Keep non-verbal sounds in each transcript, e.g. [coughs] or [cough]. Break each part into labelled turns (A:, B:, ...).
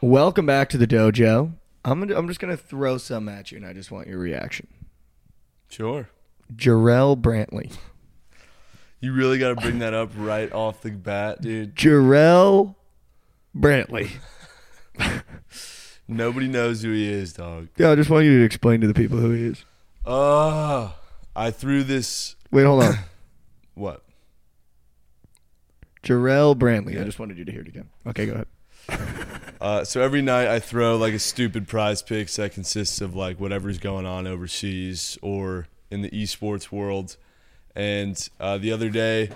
A: Welcome back to the dojo. I'm gonna, I'm just gonna throw some at you, and I just want your reaction.
B: Sure.
A: Jarrell Brantley.
B: You really got to bring that up right off the bat, dude.
A: Jarrell Brantley.
B: Nobody knows who he is, dog.
A: [laughs] Yeah, I just want you to explain to the people who he is.
B: Uh, I threw this.
A: Wait, hold [coughs] on.
B: What?
A: Jarrell Brantley. I just wanted you to hear it again. Okay, go ahead.
B: Uh, so every night I throw like a stupid prize picks that consists of like whatever's going on overseas or in the esports world. And uh, the other day,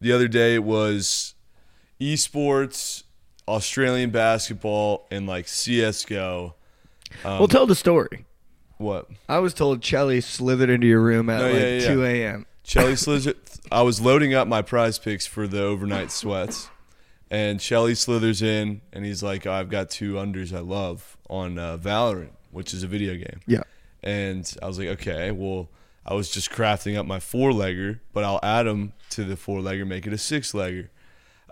B: the other day it was esports, Australian basketball, and like CS:GO. Um,
A: well, tell the story.
B: What?
A: I was told Chelly slithered into your room at
B: No,
A: like
B: yeah, yeah, yeah.
A: 2 a.m.
B: Shelly slithers. I was loading up my prize picks for the overnight sweats, and Shelly slithers in, and he's like, "I've got two unders I love on uh, Valorant, which is a video game."
A: Yeah.
B: And I was like, "Okay, well, I was just crafting up my four legger, but I'll add them to the four legger, make it a six legger."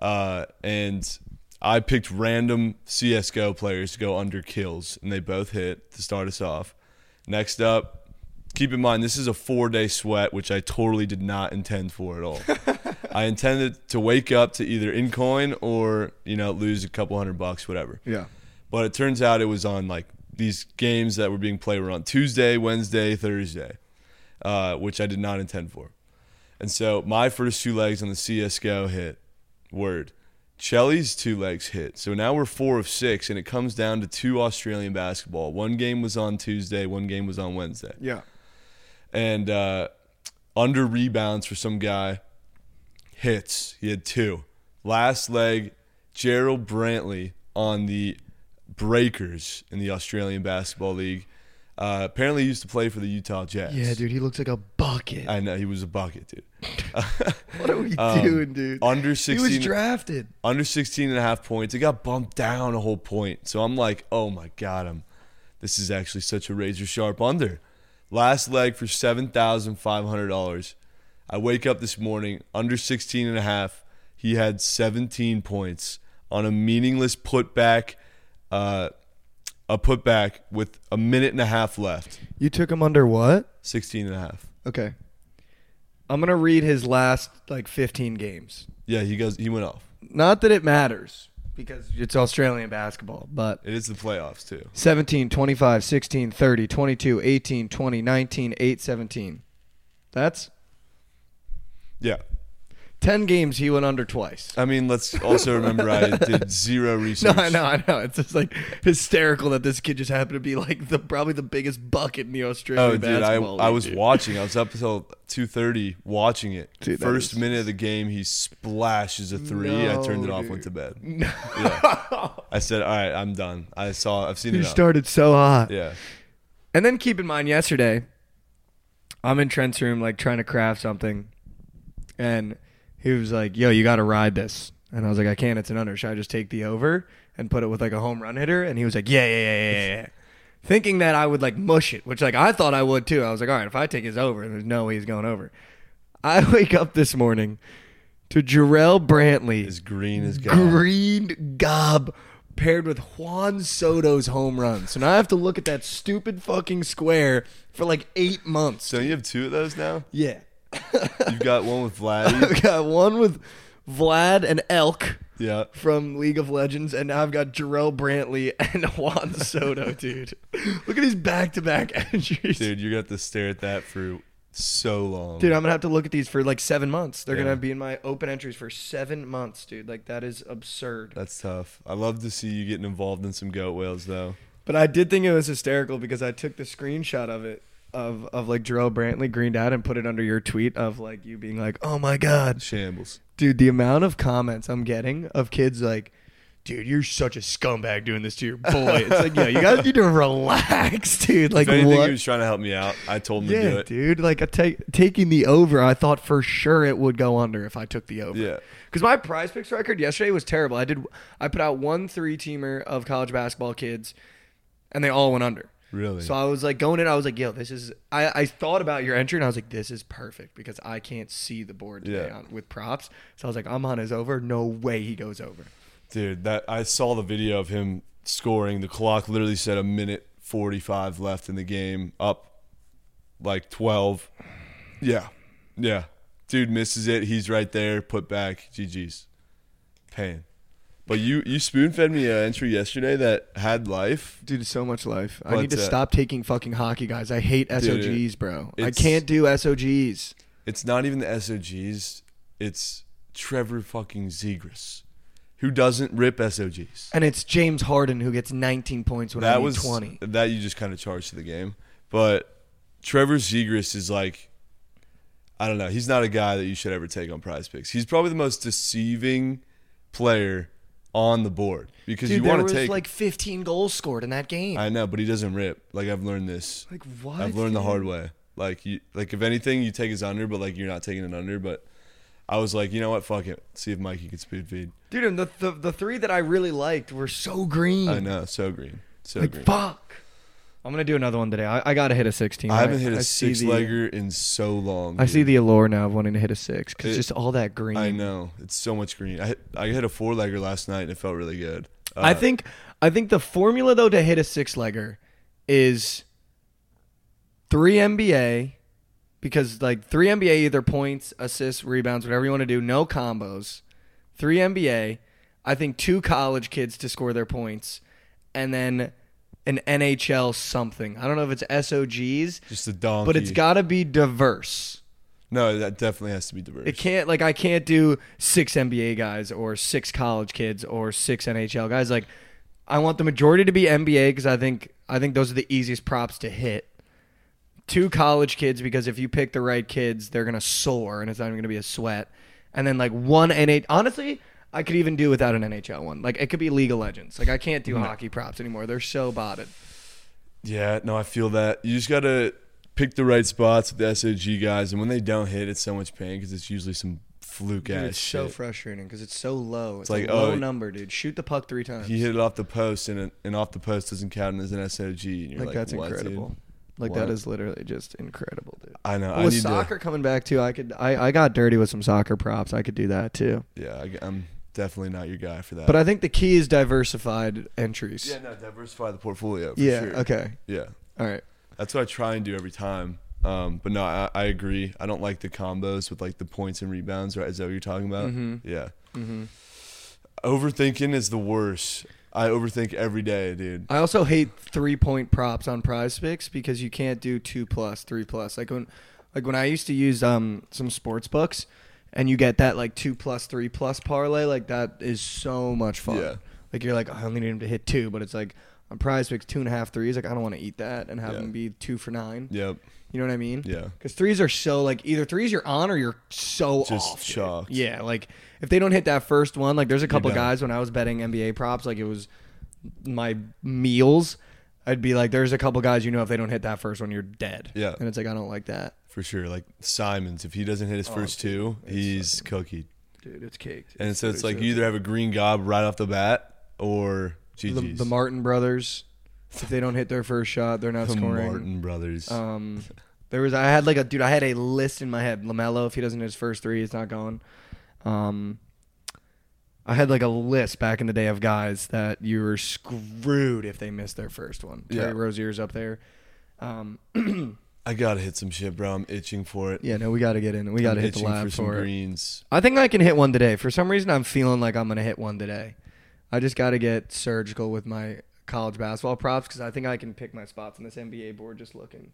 B: Uh, and I picked random CS:GO players to go under kills, and they both hit to start us off. Next up, keep in mind this is a four day sweat, which I totally did not intend for at all. I intended to wake up to either in coin or you know lose a couple hundred bucks, whatever.
A: Yeah.
B: But it turns out it was on like these games that were being played were on Tuesday, Wednesday, Thursday, uh, which I did not intend for. And so my first two legs on the CSGO hit. Word. Chelly's two legs hit. So now we're four of six, and it comes down to two Australian basketball. One game was on Tuesday, one game was on Wednesday
A: Yeah.
B: and uh, under rebounds for some guy. Hits. He had two. Last leg, Gerald Brantley on the Breakers in the Australian Basketball League. Uh, apparently, he used to play for the Utah Jazz.
A: Yeah, dude, he looks like a bucket.
B: I know he was a bucket, dude.
A: what are we
B: Um,
A: doing, dude?
B: Under
A: he
B: 16,
A: was drafted.
B: under 16 and a half points. It got bumped down a whole point. So I'm like, oh my God, I'm, this is actually such a razor sharp under. Last leg for $7,500. I wake up this morning, under 16 and a half. He had 17 points on a meaningless putback, uh, a putback with a minute and a half left.
A: You took him under what?
B: 16 and a half.
A: Okay. I'm going to read his last like 15 games.
B: Yeah, he goes, he went off.
A: Not that it matters because it's Australian basketball, but
B: It is the playoffs, too.
A: 17, 25, 16, 30, 22, 18, 20, 19, 8, 17. That's
B: Yeah.
A: 10 games he went under twice. [laughs]
B: I mean, let's also remember I did zero
A: No,
B: research.
A: I know, I know. It's just like hysterical that this kid just happened to be like the probably the biggest bucket in the Australian
B: Oh, dude, I,
A: basketball.
B: I
A: league,
B: was
A: dude.
B: watching. I was up until two thirty watching it.
A: Dude, that
B: First
A: is-
B: minute of the game, he splashes a three. I turned
A: [laughs]
B: it
A: No,
B: off,
A: dude.
B: went to bed. Yeah. I said, "All right, I'm done. I saw. I've seen
A: He
B: it. Start-
A: started so hot.
B: yeah,
A: And then keep in mind, yesterday, I'm in Trent's room, like trying to craft something, and he was like, "Yo, you got to ride this," and I was like, "I can't. It's an under. Should I just take the over and put it with like a home run hitter?" And he was like, "Yeah, yeah, yeah, yeah, yeah." yeah." Thinking that I would like mush it, which like I thought I would too. I was like, "All right, if I take his over, there's no way he's going over." I [laughs] wake up this morning to Jarrell Brantley
B: as green as God.
A: green gob paired with Juan Soto's home run. So now I have to look at that stupid fucking square for like eight months.
B: So you have two of those now.
A: yeah.
B: You've got one with Vladdy.
A: [laughs] I've got one with Vlad and Elk
B: yeah,
A: from League of Legends, and now I've got Jarrell Brantley and [laughs] Juan Soto, dude. Look at these back to back [laughs] entries. Dude.
B: dude, you're gonna have to stare at that for so long.
A: I'm gonna have to look at these for like seven months. They're
B: Yeah.
A: gonna be in my open entries for seven months, dude. Like that is absurd.
B: That's tough. I love to see you getting involved in some goat whales, though.
A: But I did think it was hysterical because I took the screenshot of it of of like Jarrell Brantley greened out and put it under your tweet of like you being like, "Oh my god,
B: Shambles.
A: dude!" The amount of comments I'm getting of kids like, "Dude, you're such a scumbag doing this to your boy." It's like, yo, you guys need to
B: [laughs]
A: relax, dude. Like,
B: If anything,
A: what?
B: he was trying to help me out. I told him to do
A: yeah,
B: it.
A: dude. Like, I take taking the over. I thought for sure it would go under if I took the over.
B: Yeah.
A: Because my prize picks record yesterday was terrible. I did I put out one three teamer of college basketball kids, and they all went under.
B: Really?
A: So I was like going in, I was like, yo, this is I, I thought about your entry and I was like, this is perfect because I can't see the board today
B: Yeah.
A: on, with props. So I was like, I'm on his over. No way he goes over.
B: Dude, that I saw the video of him scoring. The clock literally said a minute 45 left in the game, up like 12. Yeah. Yeah. Dude misses it. He's right there, put back. GG's. Pain. But you, you spoon fed me an entry yesterday that had life.
A: Dude, so much life. I
B: But,
A: need to
B: uh,
A: stop taking fucking hockey, guys. I hate SOGs, bro. I
B: it's-
A: can't do SOGs.
B: It's not even the SOGs, it's Trevor fucking Zegras, who doesn't rip SOGs.
A: And it's James Harden who gets 19 points when I
B: that
A: need
B: was
A: 20.
B: that you just kind of charged to the game. But Trevor Zegras is like, I don't know. He's not a guy that you should ever take on Prize Picks. He's probably the most deceiving player on the board because
A: Dude,
B: you
A: there
B: want
A: was
B: to take.
A: like 15 goals scored in that game.
B: I know, but he doesn't rip. Like I've learned this.
A: like what?
B: I've learned the
A: dude?
B: hard way. Like you, like if anything, you take his under, but like you're not taking an under. But I was like, you know what? Fuck it. See if Mikey can speed feed.
A: Dude, and the, the the three that I really liked were so green.
B: I know. So green. So
A: Hmm. Like
B: green.
A: fuck. I'm gonna do another one today. I, I gotta hit a 16.
B: I haven't hit
A: a
B: a six legger in so long.
A: I
B: dude.
A: see the allure now of wanting to hit a six because
B: It-
A: just all that green.
B: I know it's so much green. I hit, I hit a four legger last night and it felt really good. Uh,
A: I think I think the formula though to hit a six legger is three NBA because like three NBA either points, assists, rebounds, whatever you want to do, no combos. Three NBA. I think two college kids to score their points, and then an NHL something. I don't know if it's SOGs,
B: just a donkey.
A: but it's got to be diverse.
B: no. That definitely has to be diverse.
A: It can't like I can't do six NBA guys or six college kids or six NHL guys. Like I want the majority to be NBA because I think I think those are the easiest props to hit. Two college kids because if you pick the right kids, they're gonna soar and it's not even gonna be a sweat. And then like one NHL. Honestly, I could even do without an NHL one. Like it could be League of Legends. Like I can't do hockey props anymore. They're so botted.
B: yeah. No, I feel that you just gotta pick the right spots with the SOG guys, and when they don't hit, it's so much pain because it's usually some fluke
A: Dude,
B: ass
A: it's so
B: shit.
A: frustrating because it's so low. It's,
B: like,
A: a low
B: oh,
A: number, dude. Shoot the puck three times.
B: he hit it off the post, and it- and off the post doesn't count as an SOG. And you're
A: like,
B: like,
A: that's
B: "What, dude?"
A: incredible. Like
B: What?
A: that is literally just incredible, dude.
B: I know. I
A: with
B: need
A: soccer coming back too, I could I, I got dirty with some soccer props. I could do that too.
B: to. Yeah, I, am definitely not your guy for that.
A: But I think the key is diversified entries.
B: Uh, yeah, no, diversify the portfolio. For
A: Yeah,
B: sure.
A: okay.
B: Yeah.
A: All right.
B: That's what I try and do every time. Um, but no, I, I agree. I don't like the combos with like the points and rebounds, right? Is that what you're talking about?
A: Mhm.
B: Yeah. Overthinking is the worst. I overthink every day, dude.
A: I also hate three point props on prize picks because you can't do two plus, three plus. Like when like when I used to use um some sports books and you get that like two plus, three plus parlay, like that is so much fun.
B: Yeah.
A: Like you're like, "Oh, I only need him to hit two, but it's like on prize picks two and a half threes, like I don't want to eat that and have
B: Yeah.
A: him be two for nine.
B: Yep.
A: You know what I mean?
B: Yeah.
A: Because threes are so like either threes you're on or you're so
B: Just
A: off. dude.
B: shocked.
A: Yeah, like if they don't hit that first one, like there's a couple
B: done.
A: guys when I was betting NBA props, like it was my meals. I'd be like, there's a couple guys you know if they don't hit that first one, you're dead.
B: Yeah.
A: and it's like I don't like that,
B: For sure. Like Simons, if he doesn't hit his first two, he's cookied.
A: dude. It's caked.
B: And so it's like you either have a green gob right off the bat or
A: the,
B: GG's.
A: the Martin brothers, if they don't hit their first shot, they're not
B: The
A: scoring.
B: Martin
A: [laughs]
B: brothers.
A: Um, there was I had like a dude. I had a list in my head. Lamelo, if he doesn't hit his first three, he's not going. Um, I had like a list back in the day of guys that you were screwed if they missed their first one. Terry
B: Yeah.
A: Rozier's up there. Um,
B: I gotta hit some shit, bro. I'm itching for it.
A: yeah, no, we got to get in. We got to
B: I'm
A: hit the
B: itching
A: lab
B: for some
A: for, it.
B: greens.
A: I think I can hit one today. For some reason, I'm feeling like I'm gonna hit one today. I just got to get surgical with my college basketball props because I think I can pick my spots on this NBA board just looking.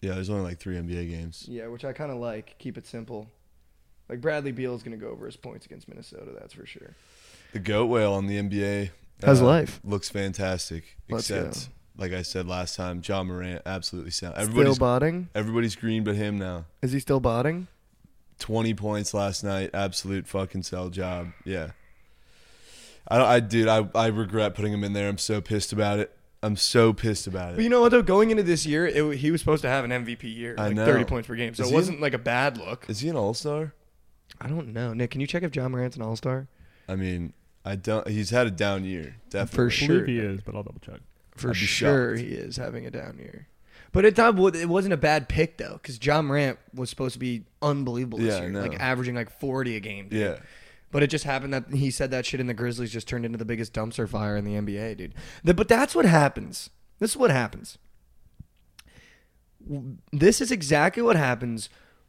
B: Yeah, there's only like three NBA games.
A: Yeah, which I kind of like. Keep it simple. Like Bradley Beal's going to go over his points against Minnesota, that's for sure.
B: The goat whale on the NBA.
A: How's life?
B: uh, Looks fantastic.
A: Let's
B: except, like I said last time, John Morant absolutely sound.
A: Still
B: Everybody's
A: botting?
B: everybody's green but him now.
A: Is he still botting?
B: Twenty points last night. Absolute fucking sell job. Yeah. I don't, I dude. I I regret putting him in there. I'm so pissed about it. I'm so pissed about
A: But
B: it.
A: you know what though, going into this year, it, he was supposed to have an MVP year,
B: I
A: like
B: know.
A: 30 points per game. So
B: Is
A: it
B: he-
A: wasn't like a bad look.
B: Is he an all star?
A: I don't know. Nick, can you check if John Morant's an All-Star?
B: I mean, I don't. He's had a down year. Definitely.
A: For
C: I
A: sure.
C: believe he is, but I'll double check.
A: For
B: I'd be
A: sure
B: shocked.
A: he is having a down year. But it, thought- it wasn't a bad pick though, because John Morant was supposed to be unbelievable this
B: Yeah, I
A: year,
B: know.
A: like averaging like 40 a game. dude.
B: Yeah.
A: But it just happened that he said that shit, and the Grizzlies just turned into the biggest dumpster fire in the NBA, dude. The- but that's what happens. This is what happens. W- This is exactly what happens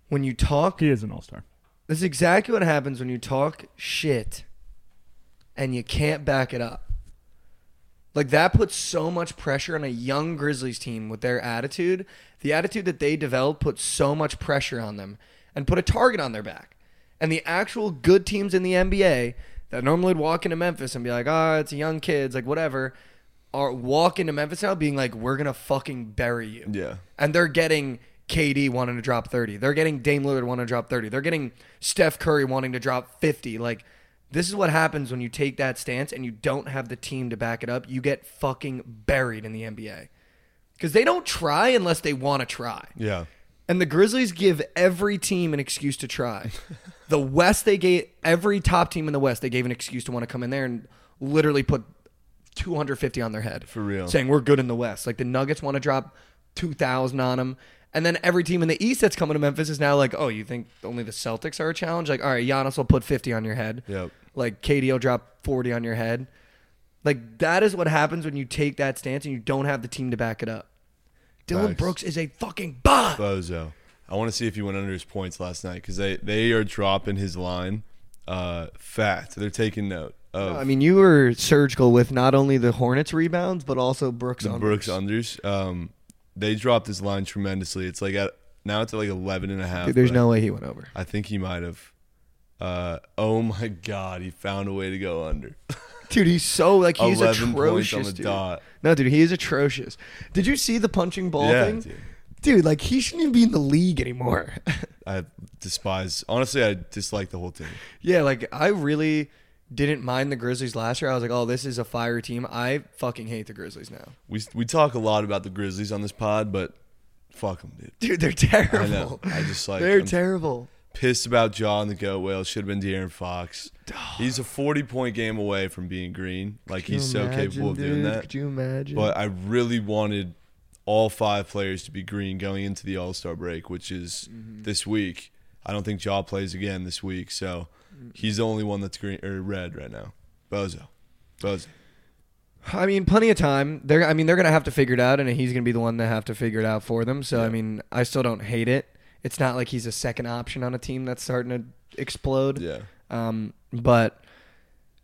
A: when you talk.
C: He is an all star.
A: This is exactly what happens when you talk shit and you can't back it up. Like that puts so much pressure on a young Grizzlies team with their attitude. The attitude that they develop puts so much pressure on them and put a target on their back. And the actual good teams in the NBA that normally would walk into Memphis and be like, "Ah, it's a young kids, like whatever," are walk into Memphis now being like, "We're gonna fucking bury you."
B: Yeah.
A: and they're getting KD wanting to drop 30. They're getting Dame Lillard wanting to drop 30. They're getting Steph Curry wanting to drop 50. Like this is what happens when you take that stance and you don't have the team to back it up. You get fucking buried in the NBA. Cuz they don't try unless they want to try.
B: Yeah.
A: And the Grizzlies give every team an excuse to
B: [laughs]
A: try. the West, they gave every top team in the West, they gave an excuse to want to come in there and literally put 250 on their head.
B: For real.
A: Saying we're good in the West. Like the Nuggets want to drop 2,000 on them. And then every team in the East that's coming to Memphis is now like, oh, you think only the Celtics are a challenge? Like, all right, Giannis will put 50 on your head.
B: Yep.
A: Like KD will drop 40 on your head. Like that is what happens when you take that stance and you don't have the team to back it up. Dylan
B: Facts.
A: Brooks is a fucking bomb.
B: Bozo. I want to see if he went under his points last night because they, they are dropping his line uh, fat. They're taking note of
A: I mean, you were surgical with not only the Hornets rebounds but also Brooks.
B: the
A: Uh, unders.
B: Brooks unders. Um, they dropped his line tremendously. It's like at now it's at like 11 and a half.
A: Dude, there's
B: but
A: no way he went over.
B: I think he might have. Uh, oh my God, he found a way to go under. [laughs]
A: Dude, he's so like he's
B: 11
A: atrocious.
B: points on the
A: dude.
B: dot.
A: No, dude, he is atrocious. Did you see the punching ball
B: Yeah,
A: thing?
B: dude.
A: Dude, like he shouldn't even be in the league anymore. [laughs]
B: I despise. Honestly, I dislike the whole team.
A: yeah, like I really didn't mind the Grizzlies last year. I was like, oh, this is a fire team. I fucking hate the Grizzlies now. [laughs]
B: We we talk a lot about the Grizzlies on this pod, but fuck them, dude.
A: Dude, they're
B: I
A: terrible.
B: know. I just like
A: they're
B: I'm
A: terrible.
B: pissed about Jaw and the goat whale. Should have been De'Aaron Fox. He's a 40 point game away from being green. Like
A: Could you
B: he's so
A: imagine,
B: capable of doing
A: dude?
B: that.
A: Could you imagine?
B: But I really wanted all five players to be green going into the All Star break, which is
A: Mm-hmm.
B: this week. I don't think Jaw plays again this week, so he's the only one that's green or red right now. Bozo, Bozo.
A: I mean, plenty of time. They're, I mean, they're gonna have to figure it out, and he's gonna be the one that have to figure it out for them. So, I mean, I still don't hate it. It's not like he's a second option on a team that's starting to explode.
B: Yeah,
A: Um, but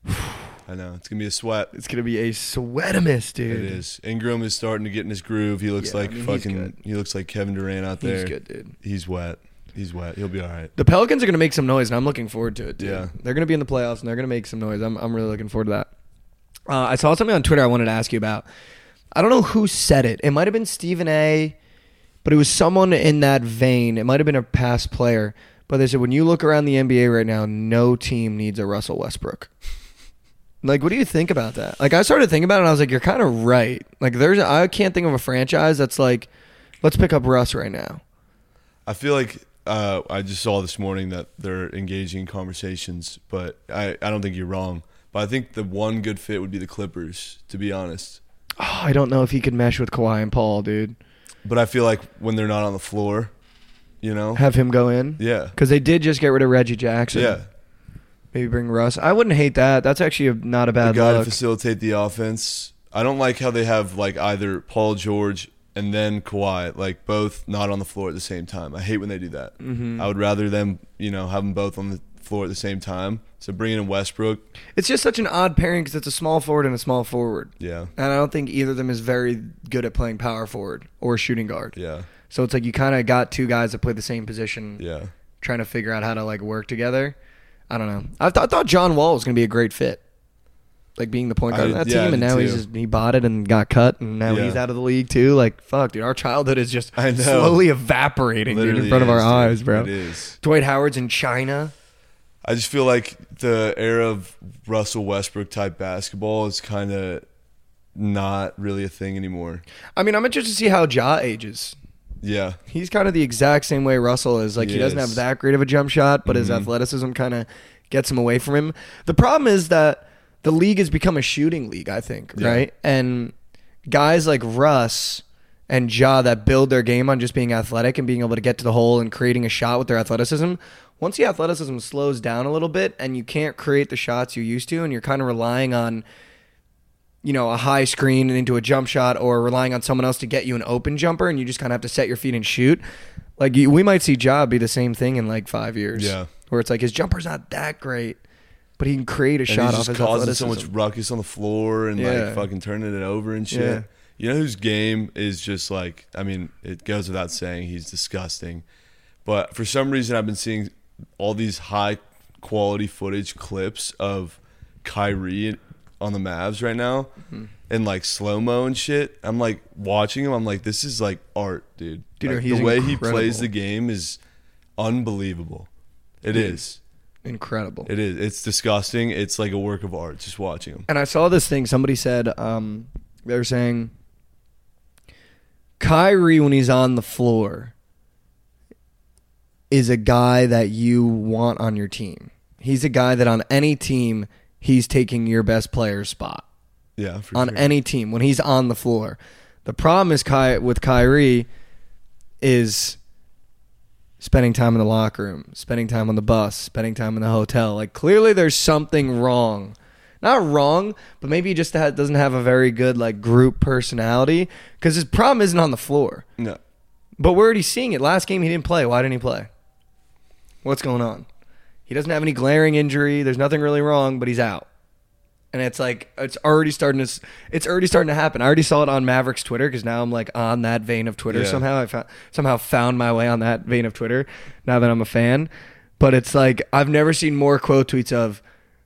B: I know it's gonna be a sweat.
A: it's gonna be a sweatimus, dude.
B: It is. Ingram is starting to get in his groove. He looks
A: Yeah, I
B: like
A: mean, he's good.
B: fucking. He looks like Kevin Durant out
A: He's
B: there.
A: good, dude.
B: He's wet. He's wet. He'll be all right.
A: The Pelicans are gonna make some noise, and I'm looking forward to it. Dude.
B: Yeah.
A: they're gonna be in the playoffs, and they're gonna make some noise. I'm, I'm really looking forward to that. Uh, I saw something on Twitter I wanted to ask you about. I don't know who said it. It might have been Stephen A. But it was someone in that vein. It might have been a past player. But they said when you look around the NBA right now, no team needs a Russell Westbrook. Like, what do you think about that? Like, I started thinking about it, and I was like, you're kind of right. Like, there's I can't think of a franchise that's like, let's pick up Russ right now.
B: I feel like uh, I just saw this morning that they're engaging in conversations, but I, I don't think you're wrong. But I think the one good fit would be the Clippers, to be honest.
A: Oh, I don't know if he could mesh with Kawhi and Paul, dude.
B: But I feel like when they're not on the floor, you know?
A: Have him go in
B: Yeah.
A: because they did just get rid of Reggie Jackson.
B: Yeah.
A: maybe bring Russ. I wouldn't hate that. That's actually a, not a
B: You
A: bad
B: got to
A: look.
B: facilitate the offense. I don't like how they have like either Paul George and then Kawhi, like both not on the floor at the same time. I hate when they do that. I would rather them, you know, have them both on the floor at the same time. So bringing in Westbrook,
A: It's just such an odd pairing because it's a small forward and a small forward.
B: yeah,
A: And I don't think either of them is very good at playing power forward or shooting guard.
B: yeah,
A: So it's like you kind of got two guys that play the same position,
B: yeah.
A: trying to figure out how to like work together. I don't know. I, th- I thought John Wall was going to be a great fit, like being the point guard
B: I-
A: of that
B: yeah, I
A: team, and
B: did
A: now he's
B: too.
A: just he bought it and got cut, and now
B: Yeah.
A: he's out of the league too. Like fuck, dude, our childhood is just
B: I know.
A: slowly evaporating dude, in
B: Literally
A: front of our
B: is, dude.
A: eyes, bro.
B: It is.
A: Dwight Howard's in China.
B: I just feel like the era of Russell Westbrook type basketball is kind of not really a thing anymore.
A: I mean, I'm interested to see how Ja ages.
B: Yeah,
A: He's kind of the exact same way Russell is. Like he
B: He
A: doesn't
B: is. Mm-hmm.
A: have that great of a jump shot, but his athleticism kind of gets him away from him. The problem is that the league has become a shooting league, I think,
B: Yeah.
A: right? And guys like Russ and Ja that build their game on just being athletic and being able to get to the hole and creating a shot with their athleticism once the athleticism slows down a little bit and you can't create the shots you used to, and you're kind of relying on, you know, a high screen and into a jump shot or relying on someone else to get you an open jumper, and you just kind of have to set your feet and shoot. Like you, we might see Job be the same thing in like five years.
B: Yeah.
A: where it's like his jumper's not that great, but he can create a
B: And
A: shot off
B: he's just
A: his
B: causing so
A: athleticism.
B: much ruckus on the floor and
A: Yeah.
B: like fucking turning it over and shit.
A: Yeah.
B: You know whose game is just like I mean, it goes without saying he's disgusting. But for some reason I've been seeing all these high quality footage clips of Kyrie on the Mavs right now
A: Mm-hmm.
B: and like slow mo and shit. I'm like watching him, I'm like, this is like art, dude.
A: Dude,
B: Like,
A: he's
B: the way he
A: incredible.
B: plays the game is unbelievable. It is.
A: Incredible.
B: It is. It's disgusting. It's like a work of art. Just watching him.
A: And I saw this thing. Somebody said um, they were saying Kyrie when he's on the floor is a guy that you want on your team. He's a guy that on any team he's taking your best player's spot
B: Yeah. For
A: on
B: sure.
A: any team when he's on the floor. The problem is Ky- with Kyrie is spending time in the locker room, spending time on the bus, spending time in the hotel. Like clearly there's something wrong. Not wrong, but maybe he just ha- doesn't have a very good like group personality cuz his problem isn't on the floor.
B: no.
A: But we're already seeing it. Last game he didn't play. Why didn't he play? What's going on? He doesn't have any glaring injury. There's nothing really wrong, but he's out. And it's like it's already starting to s- it's already starting to happen. I already saw it on Mavericks Twitter because now I'm like on that vein of Twitter
B: Yeah.
A: somehow. I found, somehow found my way on that vein of Twitter now that I'm a fan. But it's like I've never seen more quote tweets of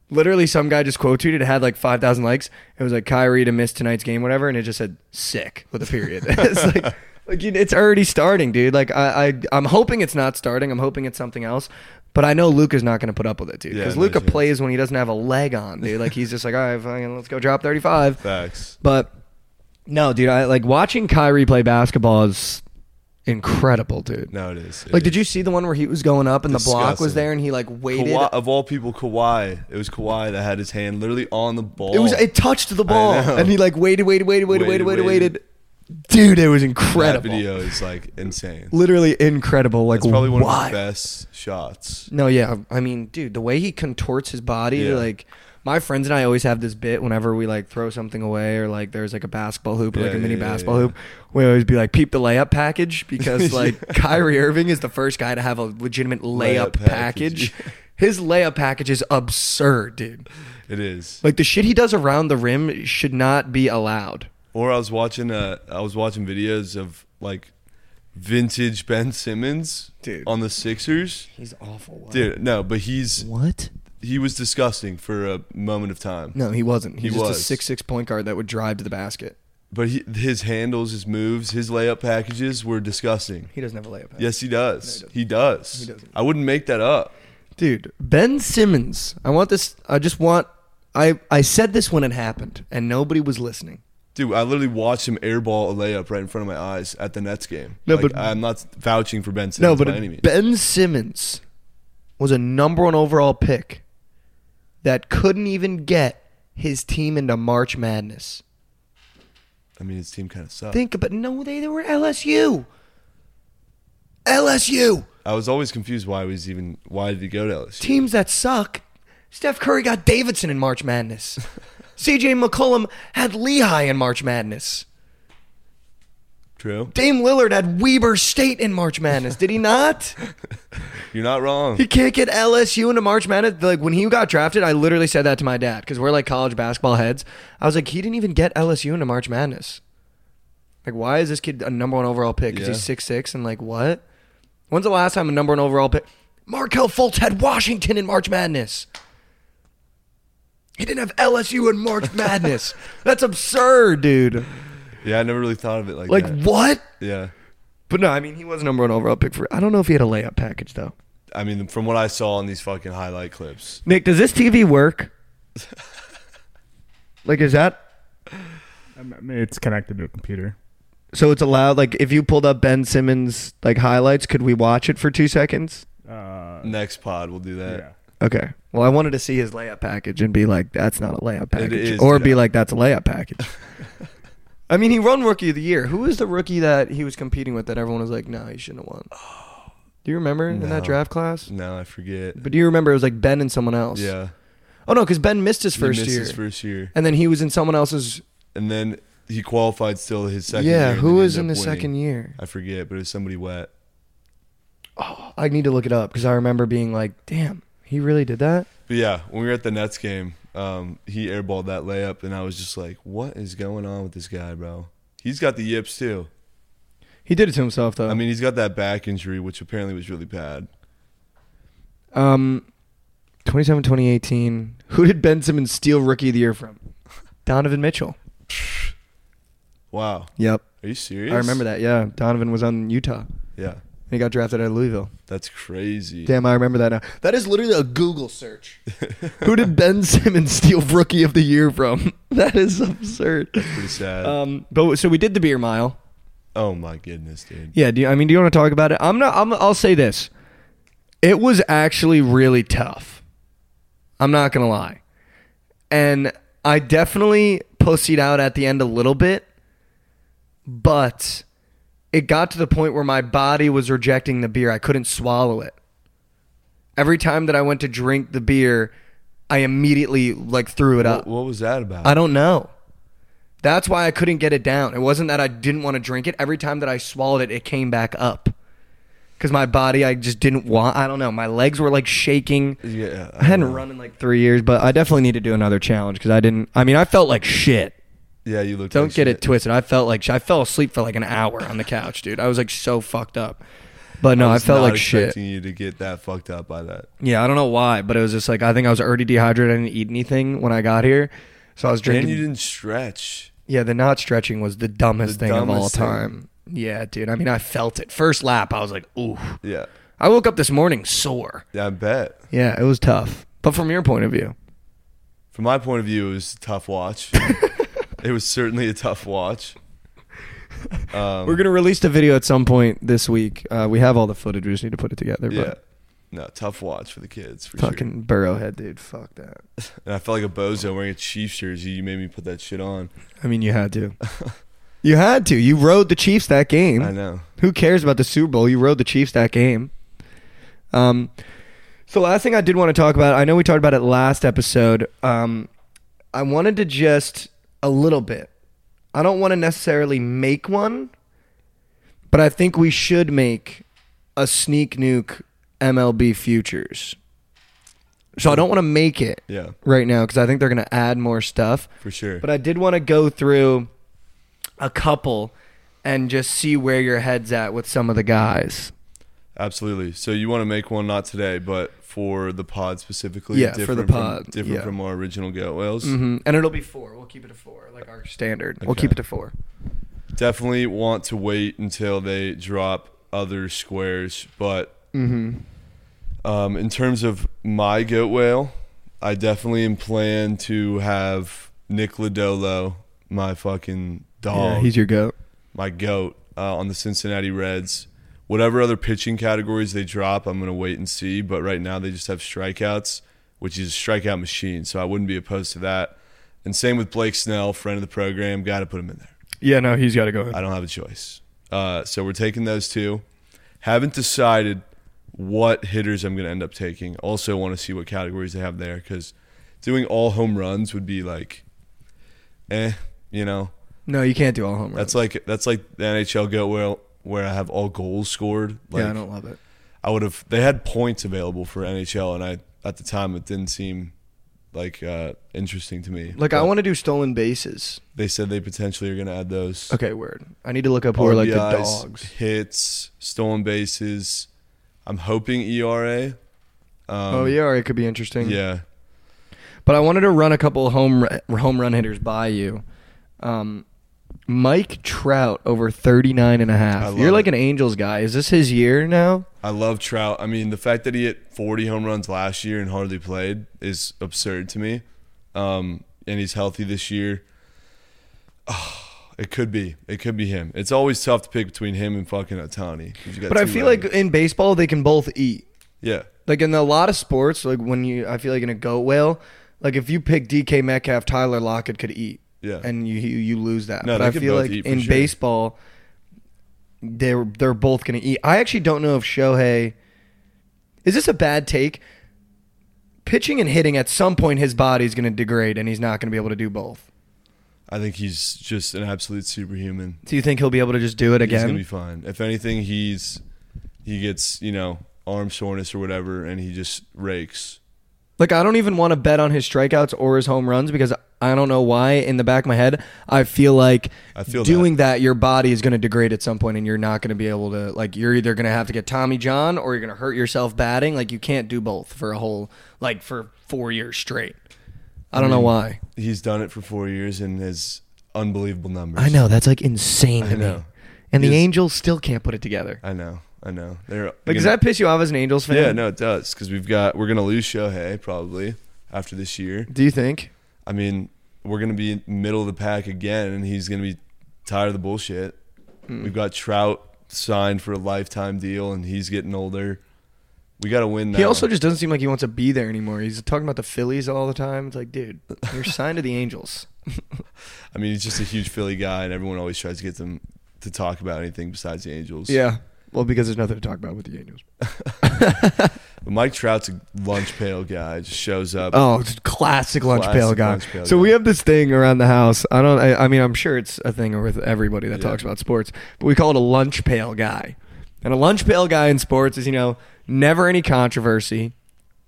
A: literally some guy just quote tweeted it had like 5,000 likes. It was like Kyrie to miss tonight's game, whatever, and it just said sick with a period. [laughs] it's like like you- it's already starting, dude. Like I, I I'm hoping it's not starting. I'm hoping it's something else. But I know Luca's not going to put up with it, dude.
B: Yeah,
A: Because
B: no
A: Luca
B: chance.
A: plays when he doesn't have a leg on, dude. Like he's just like, all right, fucking, let's go drop 35.
B: Facts.
A: But no, dude, I like watching Kyrie play basketball is incredible, dude.
B: No, it is. It
A: Like, did
B: is.
A: you see the one where he was going up and the block was
B: Disgusting.
A: there and he like waited?
B: Kawhi, of all people, Kawhi. It was Kawhi that had his hand literally on the ball.
A: It was it touched the ball
B: know.
A: and he like waited, waited, waited, waited, waited,
B: Waited,
A: waited,
B: waited.
A: waited. Dude, it was
B: that
A: incredible.
B: video is like insane.
A: Literally incredible. Like
B: It's probably one
A: why?
B: of the best shots.
A: No, yeah. I mean, dude, the way he contorts his body,
B: Yeah.
A: like my friends and I always have this bit whenever we like throw something away or like there's like a basketball hoop or
B: Yeah,
A: like a
B: yeah,
A: mini
B: yeah,
A: basketball
B: yeah.
A: hoop. We always be like peep the layup
B: [laughs]
A: package because like Kyrie Irving is the first guy to have a legitimate layup,
B: Layup
A: package.
B: package,
A: [laughs] His layup package is absurd, dude.
B: It is.
A: Like the shit he does around the rim should not be allowed.
B: Or I was watching uh I was watching videos of like vintage Ben Simmons
A: Dude.
B: on the Sixers.
A: He's awful. Wow.
B: Dude, no, but he's
A: What?
B: he was disgusting for a moment of time.
A: No, he wasn't. He's
B: He
A: just a
B: was.
A: six six point guard that would drive to the basket.
B: But he, his handles, his moves, his layup packages were disgusting.
A: He doesn't have a layup package.
B: Yes, he does.
A: No,
B: he does.
A: He doesn't.
B: I wouldn't make that up.
A: Dude, Ben Simmons. I want this. I just want. I I said this when it happened, and nobody was listening.
B: Dude, I literally watched him airball a layup right in front of my eyes at the Nets game.
A: No,
B: Like,
A: but-
B: I'm not vouching for Ben
A: No,
B: Simmons
A: but
B: by any means.
A: Ben Simmons was a number one overall pick that couldn't even get his team into March Madness.
B: I mean, his team kind of sucked.
A: Think about no, they they were LSU. LSU
B: I was always confused why he was even why did he go to LSU?
A: teams that suck. Steph Curry got Davidson in March Madness. C.J. McCollum had Lehigh in March Madness.
B: True.
A: Dame Lillard had Weber State in March Madness, did he
B: [laughs]
A: not?
B: You're not wrong.
A: He can't get LSU into March Madness. Like when he got drafted, I literally said that to my dad because we're like college basketball heads. I was like, he didn't even get LSU into March Madness. Like, why is this kid a number one overall pick? Because
B: Yeah.
A: he's six six and like what? When's the last time a number one overall pick? Markel Fultz had Washington in March Madness. He didn't have LSU in March
B: [laughs]
A: Madness. That's absurd, dude.
B: Yeah, I never really thought of it like,
A: Like
B: that.
A: what?
B: Yeah.
A: But no, I mean he was number one overall pick for. I don't know if he had a layup package though.
B: I mean, from what I saw in these fucking highlight clips,
A: Nick, does this TV
B: [laughs]
A: work? like, is that
C: I'm- I'm- It's connected to a computer.
A: so? It's allowed. Like, if you pulled up Ben Simmons like highlights, could we watch it for two seconds?
C: Uh,
B: next pod we'll do that.
C: yeah.
A: Okay. Well, I wanted to see his layup package and be like, "That's not a layup package,"
B: is,
A: or be
B: yeah.
A: like, "That's a layup
B: [laughs]
A: package." I mean, he won Rookie of the Year. Who was the rookie that he was competing with that everyone was like, "No, he shouldn't have won." Do you remember in
B: Oh. No.
A: that draft class?
B: No, I forget.
A: But do you remember it was like Ben and someone else?
B: Yeah,
A: Oh no, because Ben missed his
B: He
A: first
B: missed
A: year,
B: his first year,
A: and then he was in someone else's.
B: and then he qualified still his second. year,
A: yeah,
B: and
A: who
B: then
A: was in
B: ended
A: the
B: up winning.
A: second year?
B: I forget, but it was somebody wet.
A: I need to look it up because I remember being like, "Damn, he really did that."
B: But yeah, when we were at the Nets game, um, he airballed that layup, and I was just like, "What is going on with this guy, bro? He's got the yips too.
A: He did it to himself though.
B: I mean, he's got that back injury, which apparently was really bad.
A: um, 27, 2018. Who did Ben Simmons steal Rookie of the Year from? Donovan Mitchell.
B: Wow,
A: Yep,
B: are you serious?
A: I remember that. Yeah, Donovan was on Utah. And
B: Yeah,
A: he got drafted out of Louisville.
B: that's crazy.
A: Damn, I remember that now. That is literally a Google search. [laughs] Who did Ben Simmons steal Rookie of the Year from? [laughs] That is absurd.
B: Pretty sad.
A: Um, but so we did the beer mile.
B: oh my goodness, dude.
A: Yeah, do you, I mean, do you want to talk about it? I'm not. I'm, I'll say this: it was actually really tough. I'm not gonna lie, and I definitely pussied out at the end a little bit, but it got to the point where my body was rejecting the beer. I couldn't swallow it. Every time that I went to drink the beer, I immediately like threw it up.
B: What, what was that about?
A: uh, I don't know. That's why I couldn't get it down. It wasn't that I didn't want to drink it. Every time that I swallowed it, it came back up. Because my body, I just didn't want. I don't know. My legs were like shaking.
B: yeah,
A: I hadn't run in like three years, but I definitely need to do another challenge because I didn't. I mean, I felt like shit.
B: Yeah, you look.
A: Don't
B: like
A: get
B: shit.
A: it twisted. I felt like sh- I fell asleep for like an hour on the couch, dude. I was like so fucked up. But no, I,
B: was
A: felt
B: not
A: like shit.
B: expecting you to get that fucked up by that.
A: Yeah, I don't know why, but it was just like I think I was already dehydrated. I didn't eat anything when I got here, so I was drinking.
B: And you didn't stretch.
A: Yeah, the not stretching was the dumbest
B: The
A: thing of all
B: dumbest thing.
A: time. Yeah, dude. I mean, I felt it. First lap, I was like, ooh.
B: Yeah,
A: I woke up this morning sore.
B: yeah, I bet.
A: Yeah, it was tough. But from your point of view,
B: From my point of view, it was a
A: [laughs]
B: tough watch. it was certainly a tough watch. Um,
A: we're going to release the video at some point this week. Uh, we have all the footage. We just need to put it together.
B: yeah,
A: But
B: no, tough watch for the kids for
A: fucking Burrowhead, dude. Fuck that.
B: sure. And I felt like a bozo wearing a Chiefs jersey. You made me put that shit on.
A: I mean, you had
B: [laughs]
A: to. you had to. You rode the Chiefs that game.
B: I know.
A: Who cares about the Super Bowl? You rode the Chiefs that game. Um, so last thing I did want to talk about, I know we talked about it last episode. Um, I wanted to just a little bit. I don't want to necessarily make one, but I think we should make a sneak nuke MLB futures. So I don't want to make it
B: Yeah,
A: right now because I think they're going to add more stuff.
B: for sure.
A: But I did want to go through a couple and just see where your head's at with some of the guys.
B: Absolutely. So you want to make one not today, but for the pod specifically.
A: Yeah, for the
B: different from-
A: pod,
B: different
A: yeah.
B: from our original Get Whales.
A: hmm And it'll be four. We'll keep it to four, like our standard. We'll
B: Okay.
A: keep it to four.
B: Definitely want to wait until they drop other squares, but
A: Mm-hmm.
B: Um, in terms of my goat whale, I definitely am plan to have Nick Lodolo, my fucking dog,
A: your goat.
B: my goat uh, on the Cincinnati Reds. Whatever other pitching categories they drop, I'm gonna wait and see. But right now they just have strikeouts, which is a strikeout machine. So I wouldn't be opposed to that. And same with Blake Snell, friend of the program. Got to put him in there.
A: Yeah, no, he's got to go.
B: I don't have a choice. Uh, so we're taking those two. Haven't decided what hitters I'm going to end up taking. Also, want to see what categories they have there because doing all home runs would be like, eh, you know.
A: No, you can't do all home runs.
B: That's like that's like the NHL go where where I have all goals scored. Like
A: yeah, I don't love it.
B: I would have. They had points available for NHL, and I at the time it didn't seem like uh, interesting to me.
A: Like, I
B: But
A: want to do stolen bases.
B: They said they potentially are going to add those.
A: Okay, word. I need to look up where like the
B: RBIs,
A: dogs.
B: hits, stolen bases. I'm hoping ERA. Um,
A: oh yeah, or it could be interesting.
B: yeah.
A: But I wanted to run a couple of home ru- home run hitters by you. Um, Mike Trout over 39 and a
B: I
A: half.
B: love
A: You're like
B: it.
A: an Angels guy. Is this his year now?
B: I love Trout. I mean, the fact that he hit 40 home runs last year and hardly played is absurd to me. Um, and he's healthy this year. Oh, it could be. It could be him. It's always tough to pick between him and fucking Otani.
A: But I feel like in baseball they can both eat.
B: yeah,
A: Like in a lot of sports, like when you I feel like in a goat whale, like if you pick DK Metcalf, Tyler Lockett could eat
B: yeah.
A: and you you, you lose that.
B: No,
A: but
B: they
A: I
B: could
A: feel
B: both
A: like
B: eat for
A: in
B: sure.
A: baseball they're they're both gonna eat. I actually don't know if Shohei is this a bad take. Pitching and hitting at some point his body's gonna degrade and he's not gonna be able to do both.
B: I think he's just an absolute superhuman.
A: Do you think he'll be able to just do it
B: He's
A: again?
B: gonna be fine. If anything, he's he gets you know arm soreness or whatever, and he just rakes.
A: Like I don't even want to bet on his strikeouts or his home runs because I don't know why. In the back of my head, I feel like
B: I feel
A: doing that. your body is going to degrade at some point, and you're not going to be able to. Like you're either going to have to get Tommy John or you're going to hurt yourself batting. Like you can't do both for a whole like for four years straight. I don't know why.
B: He's done it for four years and has unbelievable numbers.
A: I know that's like insane to
B: I know.
A: me. And the
B: Is-
A: Angels still can't put it together.
B: I know. I know. They're
A: Like, does that piss you off as an Angels fan?
B: Yeah, no, it does because we've got we're gonna lose Shohei probably after this year.
A: Do you think?
B: I mean, we're gonna be middle of the pack again, and he's gonna be tired of the bullshit.
A: Hmm.
B: We've got Trout signed for a lifetime deal, and he's getting older. We gotta win. Now.
A: He also just doesn't seem like he wants to be there anymore. He's talking about the Phillies all the time. It's like, dude, you're signed to the Angels.
B: I mean, he's just a huge Philly guy, and everyone always tries to get them to talk about anything besides the
A: [laughs]
B: Angels.
A: Yeah. Well, because there's nothing to talk about with the Angels.
B: But Mike Trout's a lunch pail guy. Just shows up.
A: Oh, it's classic lunch
B: Classic
A: pail guy.
B: lunch pail
A: so we
B: guy.
A: have this thing around the house. I don't. I, I mean, I'm sure it's a thing with everybody that
B: Yeah.
A: talks about sports, but we call it a lunch pail guy. And a lunch pail guy in sports is, you know, never any controversy,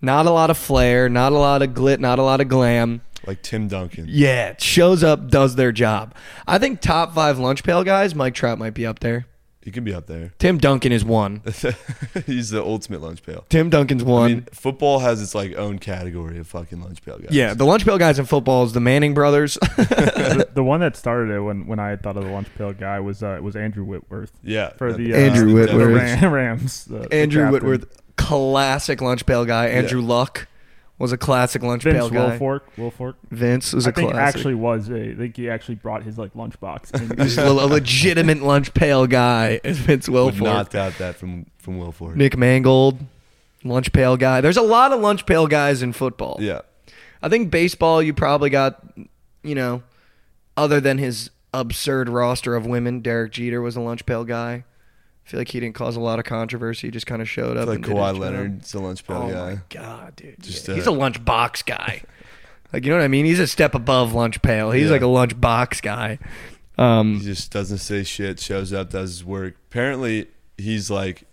A: not a lot of flair, not a lot of glit, not a lot of glam.
B: Like Tim Duncan.
A: Yeah, shows up, does their job. I think top five lunch pail guys. Mike Trout might be up there.
B: He can be up there. [laughs]
A: Tim Duncan is one.
B: he's the ultimate lunch pail.
A: Tim Duncan's
B: I
A: one.
B: mean, football has its like own category of fucking lunch pail guys.
A: yeah, the lunch pail guys in football is the Manning brothers.
C: the, the one that started it when, when I thought of the lunch pail guy was uh, was Andrew Whitworth
B: yeah.
C: for
B: that-
C: the uh,
A: Andrew
C: the
A: Whitworth.
C: Ram- [laughs] Rams. [laughs] uh, the- the
A: Andrew
C: captain.
A: Whitworth, classic lunch pail guy. Andrew Luck was a classic lunch pail
C: Vince
A: guy.
C: Wilfork. Wilfork.
A: Vince was
C: I
A: a
C: think
A: classic.
C: actually was a. I think he actually brought his like
A: [laughs]
C: lunchbox. in.
A: He's a
C: [laughs]
A: legitimate lunch pail guy is Vince
B: Would not
A: Wilfork.
B: doubt that from from Will Ford.
A: Nick Mangold, lunch pail guy. There's a lot of lunch pail guys in football.
B: Yeah.
A: I think baseball, you probably got, you know, other than his absurd roster of women, Derek Jeter was a lunch pail guy. I feel like he didn't cause a lot of controversy. He just kind of showed up.
B: I feel like
A: and did his
B: Kawhi
A: job.
B: Leonard's a lunch pail
A: Oh
B: guy.
A: my god, dude!
B: Just,
A: Yeah.
B: uh,
A: he's a lunch box guy. like you know what I mean? He's a step above lunch pail. He's
B: Yeah.
A: like a lunch box guy. Um,
B: He just doesn't say shit, shows up, does his work. Apparently he's like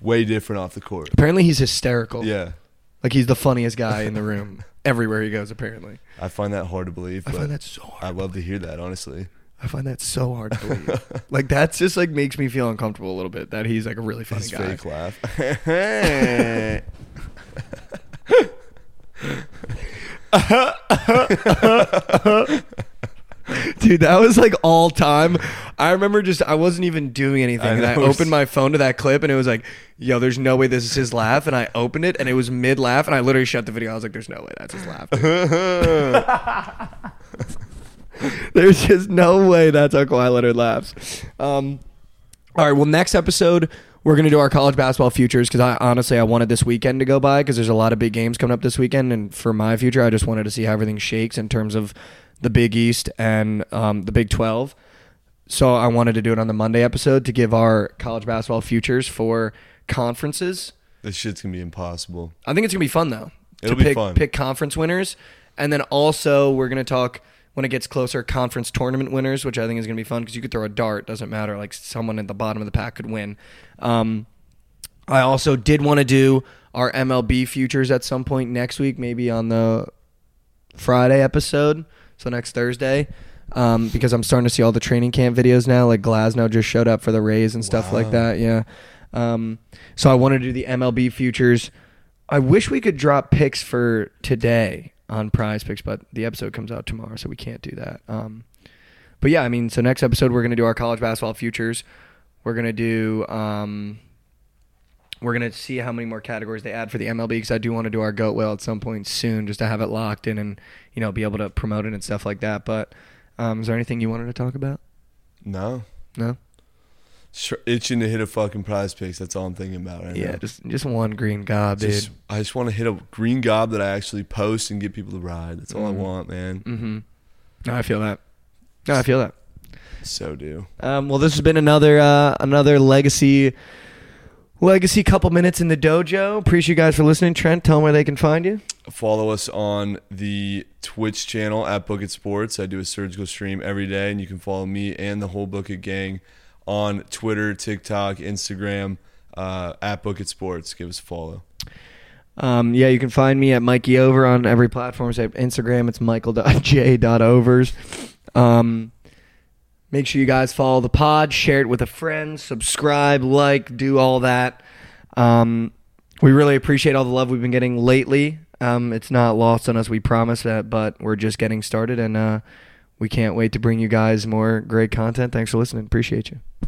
B: way different off the court.
A: apparently, he's hysterical.
B: Yeah.
A: like he's the funniest guy in the
B: [laughs]
A: room everywhere he goes. Apparently,
B: I find that hard to believe,
A: I
B: but
A: find that so hard.
B: I love to hear that, honestly.
A: I find that so hard to believe. like that's just like makes me feel uncomfortable a little bit that he's like a really funny
B: His
A: guy.
B: fake laugh. I
A: [laughs] Dude, that was like all time. I remember just I wasn't even doing anything.
B: I
A: and I
B: know.
A: opened my phone to that clip and it was like, yo, there's no way this is his laugh. And I opened it and it was mid laugh and I literally shut the video. I was like, there's no way that's his laugh. [laughs] There's just no way that's how Kawhi Leonard laughs. Um, all right, well, next episode we're gonna do our college basketball futures because I honestly I wanted this weekend to go by because there's a lot of big games coming up this weekend, and for my future I just wanted to see how everything shakes in terms of the Big East and um, the Big Twelve. So I wanted to do it on the Monday episode to give our college basketball futures for conferences.
B: [laughs] this shit's gonna be impossible.
A: I think it's gonna be fun though.
B: It'll
A: to
B: be
A: pick,
B: fun.
A: Pick conference winners, and then also we're gonna talk when it gets closer conference tournament winners, which I think is gonna be fun because you could throw a dart. Doesn't matter. Like someone at the bottom of the pack could win. Um, I also did want to do our MLB futures at some point next week, maybe on the Friday episode, so next Thursday. Um, because I'm starting to see all the training camp videos now. Like Glasnow just showed up for the Rays and stuff like that. Yeah. Um, so I wanted to do the MLB futures. I wish we could drop picks for today on Prize Picks, but the episode comes out tomorrow, so we can't do that. Um, but yeah, I mean, so next episode we're gonna do our college basketball futures. We're gonna do. Um, we're gonna see how many more categories they add for the MLB because I do want to do our goat whale at some point soon, just to have it locked in and you know be able to promote it and stuff like that. But um, is there anything you wanted to talk about?
B: No.
A: No.
B: Sure, itching to hit a fucking prize picks. That's all I'm thinking about right
A: Yeah,
B: now.
A: just just one green gob, dude.
B: Just- I just want to hit a green gob that I actually post
A: Mm.
B: and get people to ride. That's all I want, man.
A: mm-hmm. No, I feel that. No, I feel that.
B: So do.
A: Um, well, this has been another uh, another legacy legacy couple minutes in the dojo. Appreciate you guys for listening. Trent, tell them where they can find you.
B: Follow us on the Twitch channel at Bucket Sports. I do a surgical stream every day, and you can follow me and the whole Bucket gang on Twitter, TikTok, Instagram uh, at Bucket Sports. Give us a follow.
A: Um, yeah, you can find me at Mikey Over on every platform except Instagram. It's michael.j.overs. Um, make sure you guys follow the pod, share it with a friend, subscribe, like, do all that. Um, we really appreciate all the love we've been getting lately. Um, it's not lost on us, we promise that, but we're just getting started and uh, we can't wait to bring you guys more great content. Thanks for listening. Appreciate you.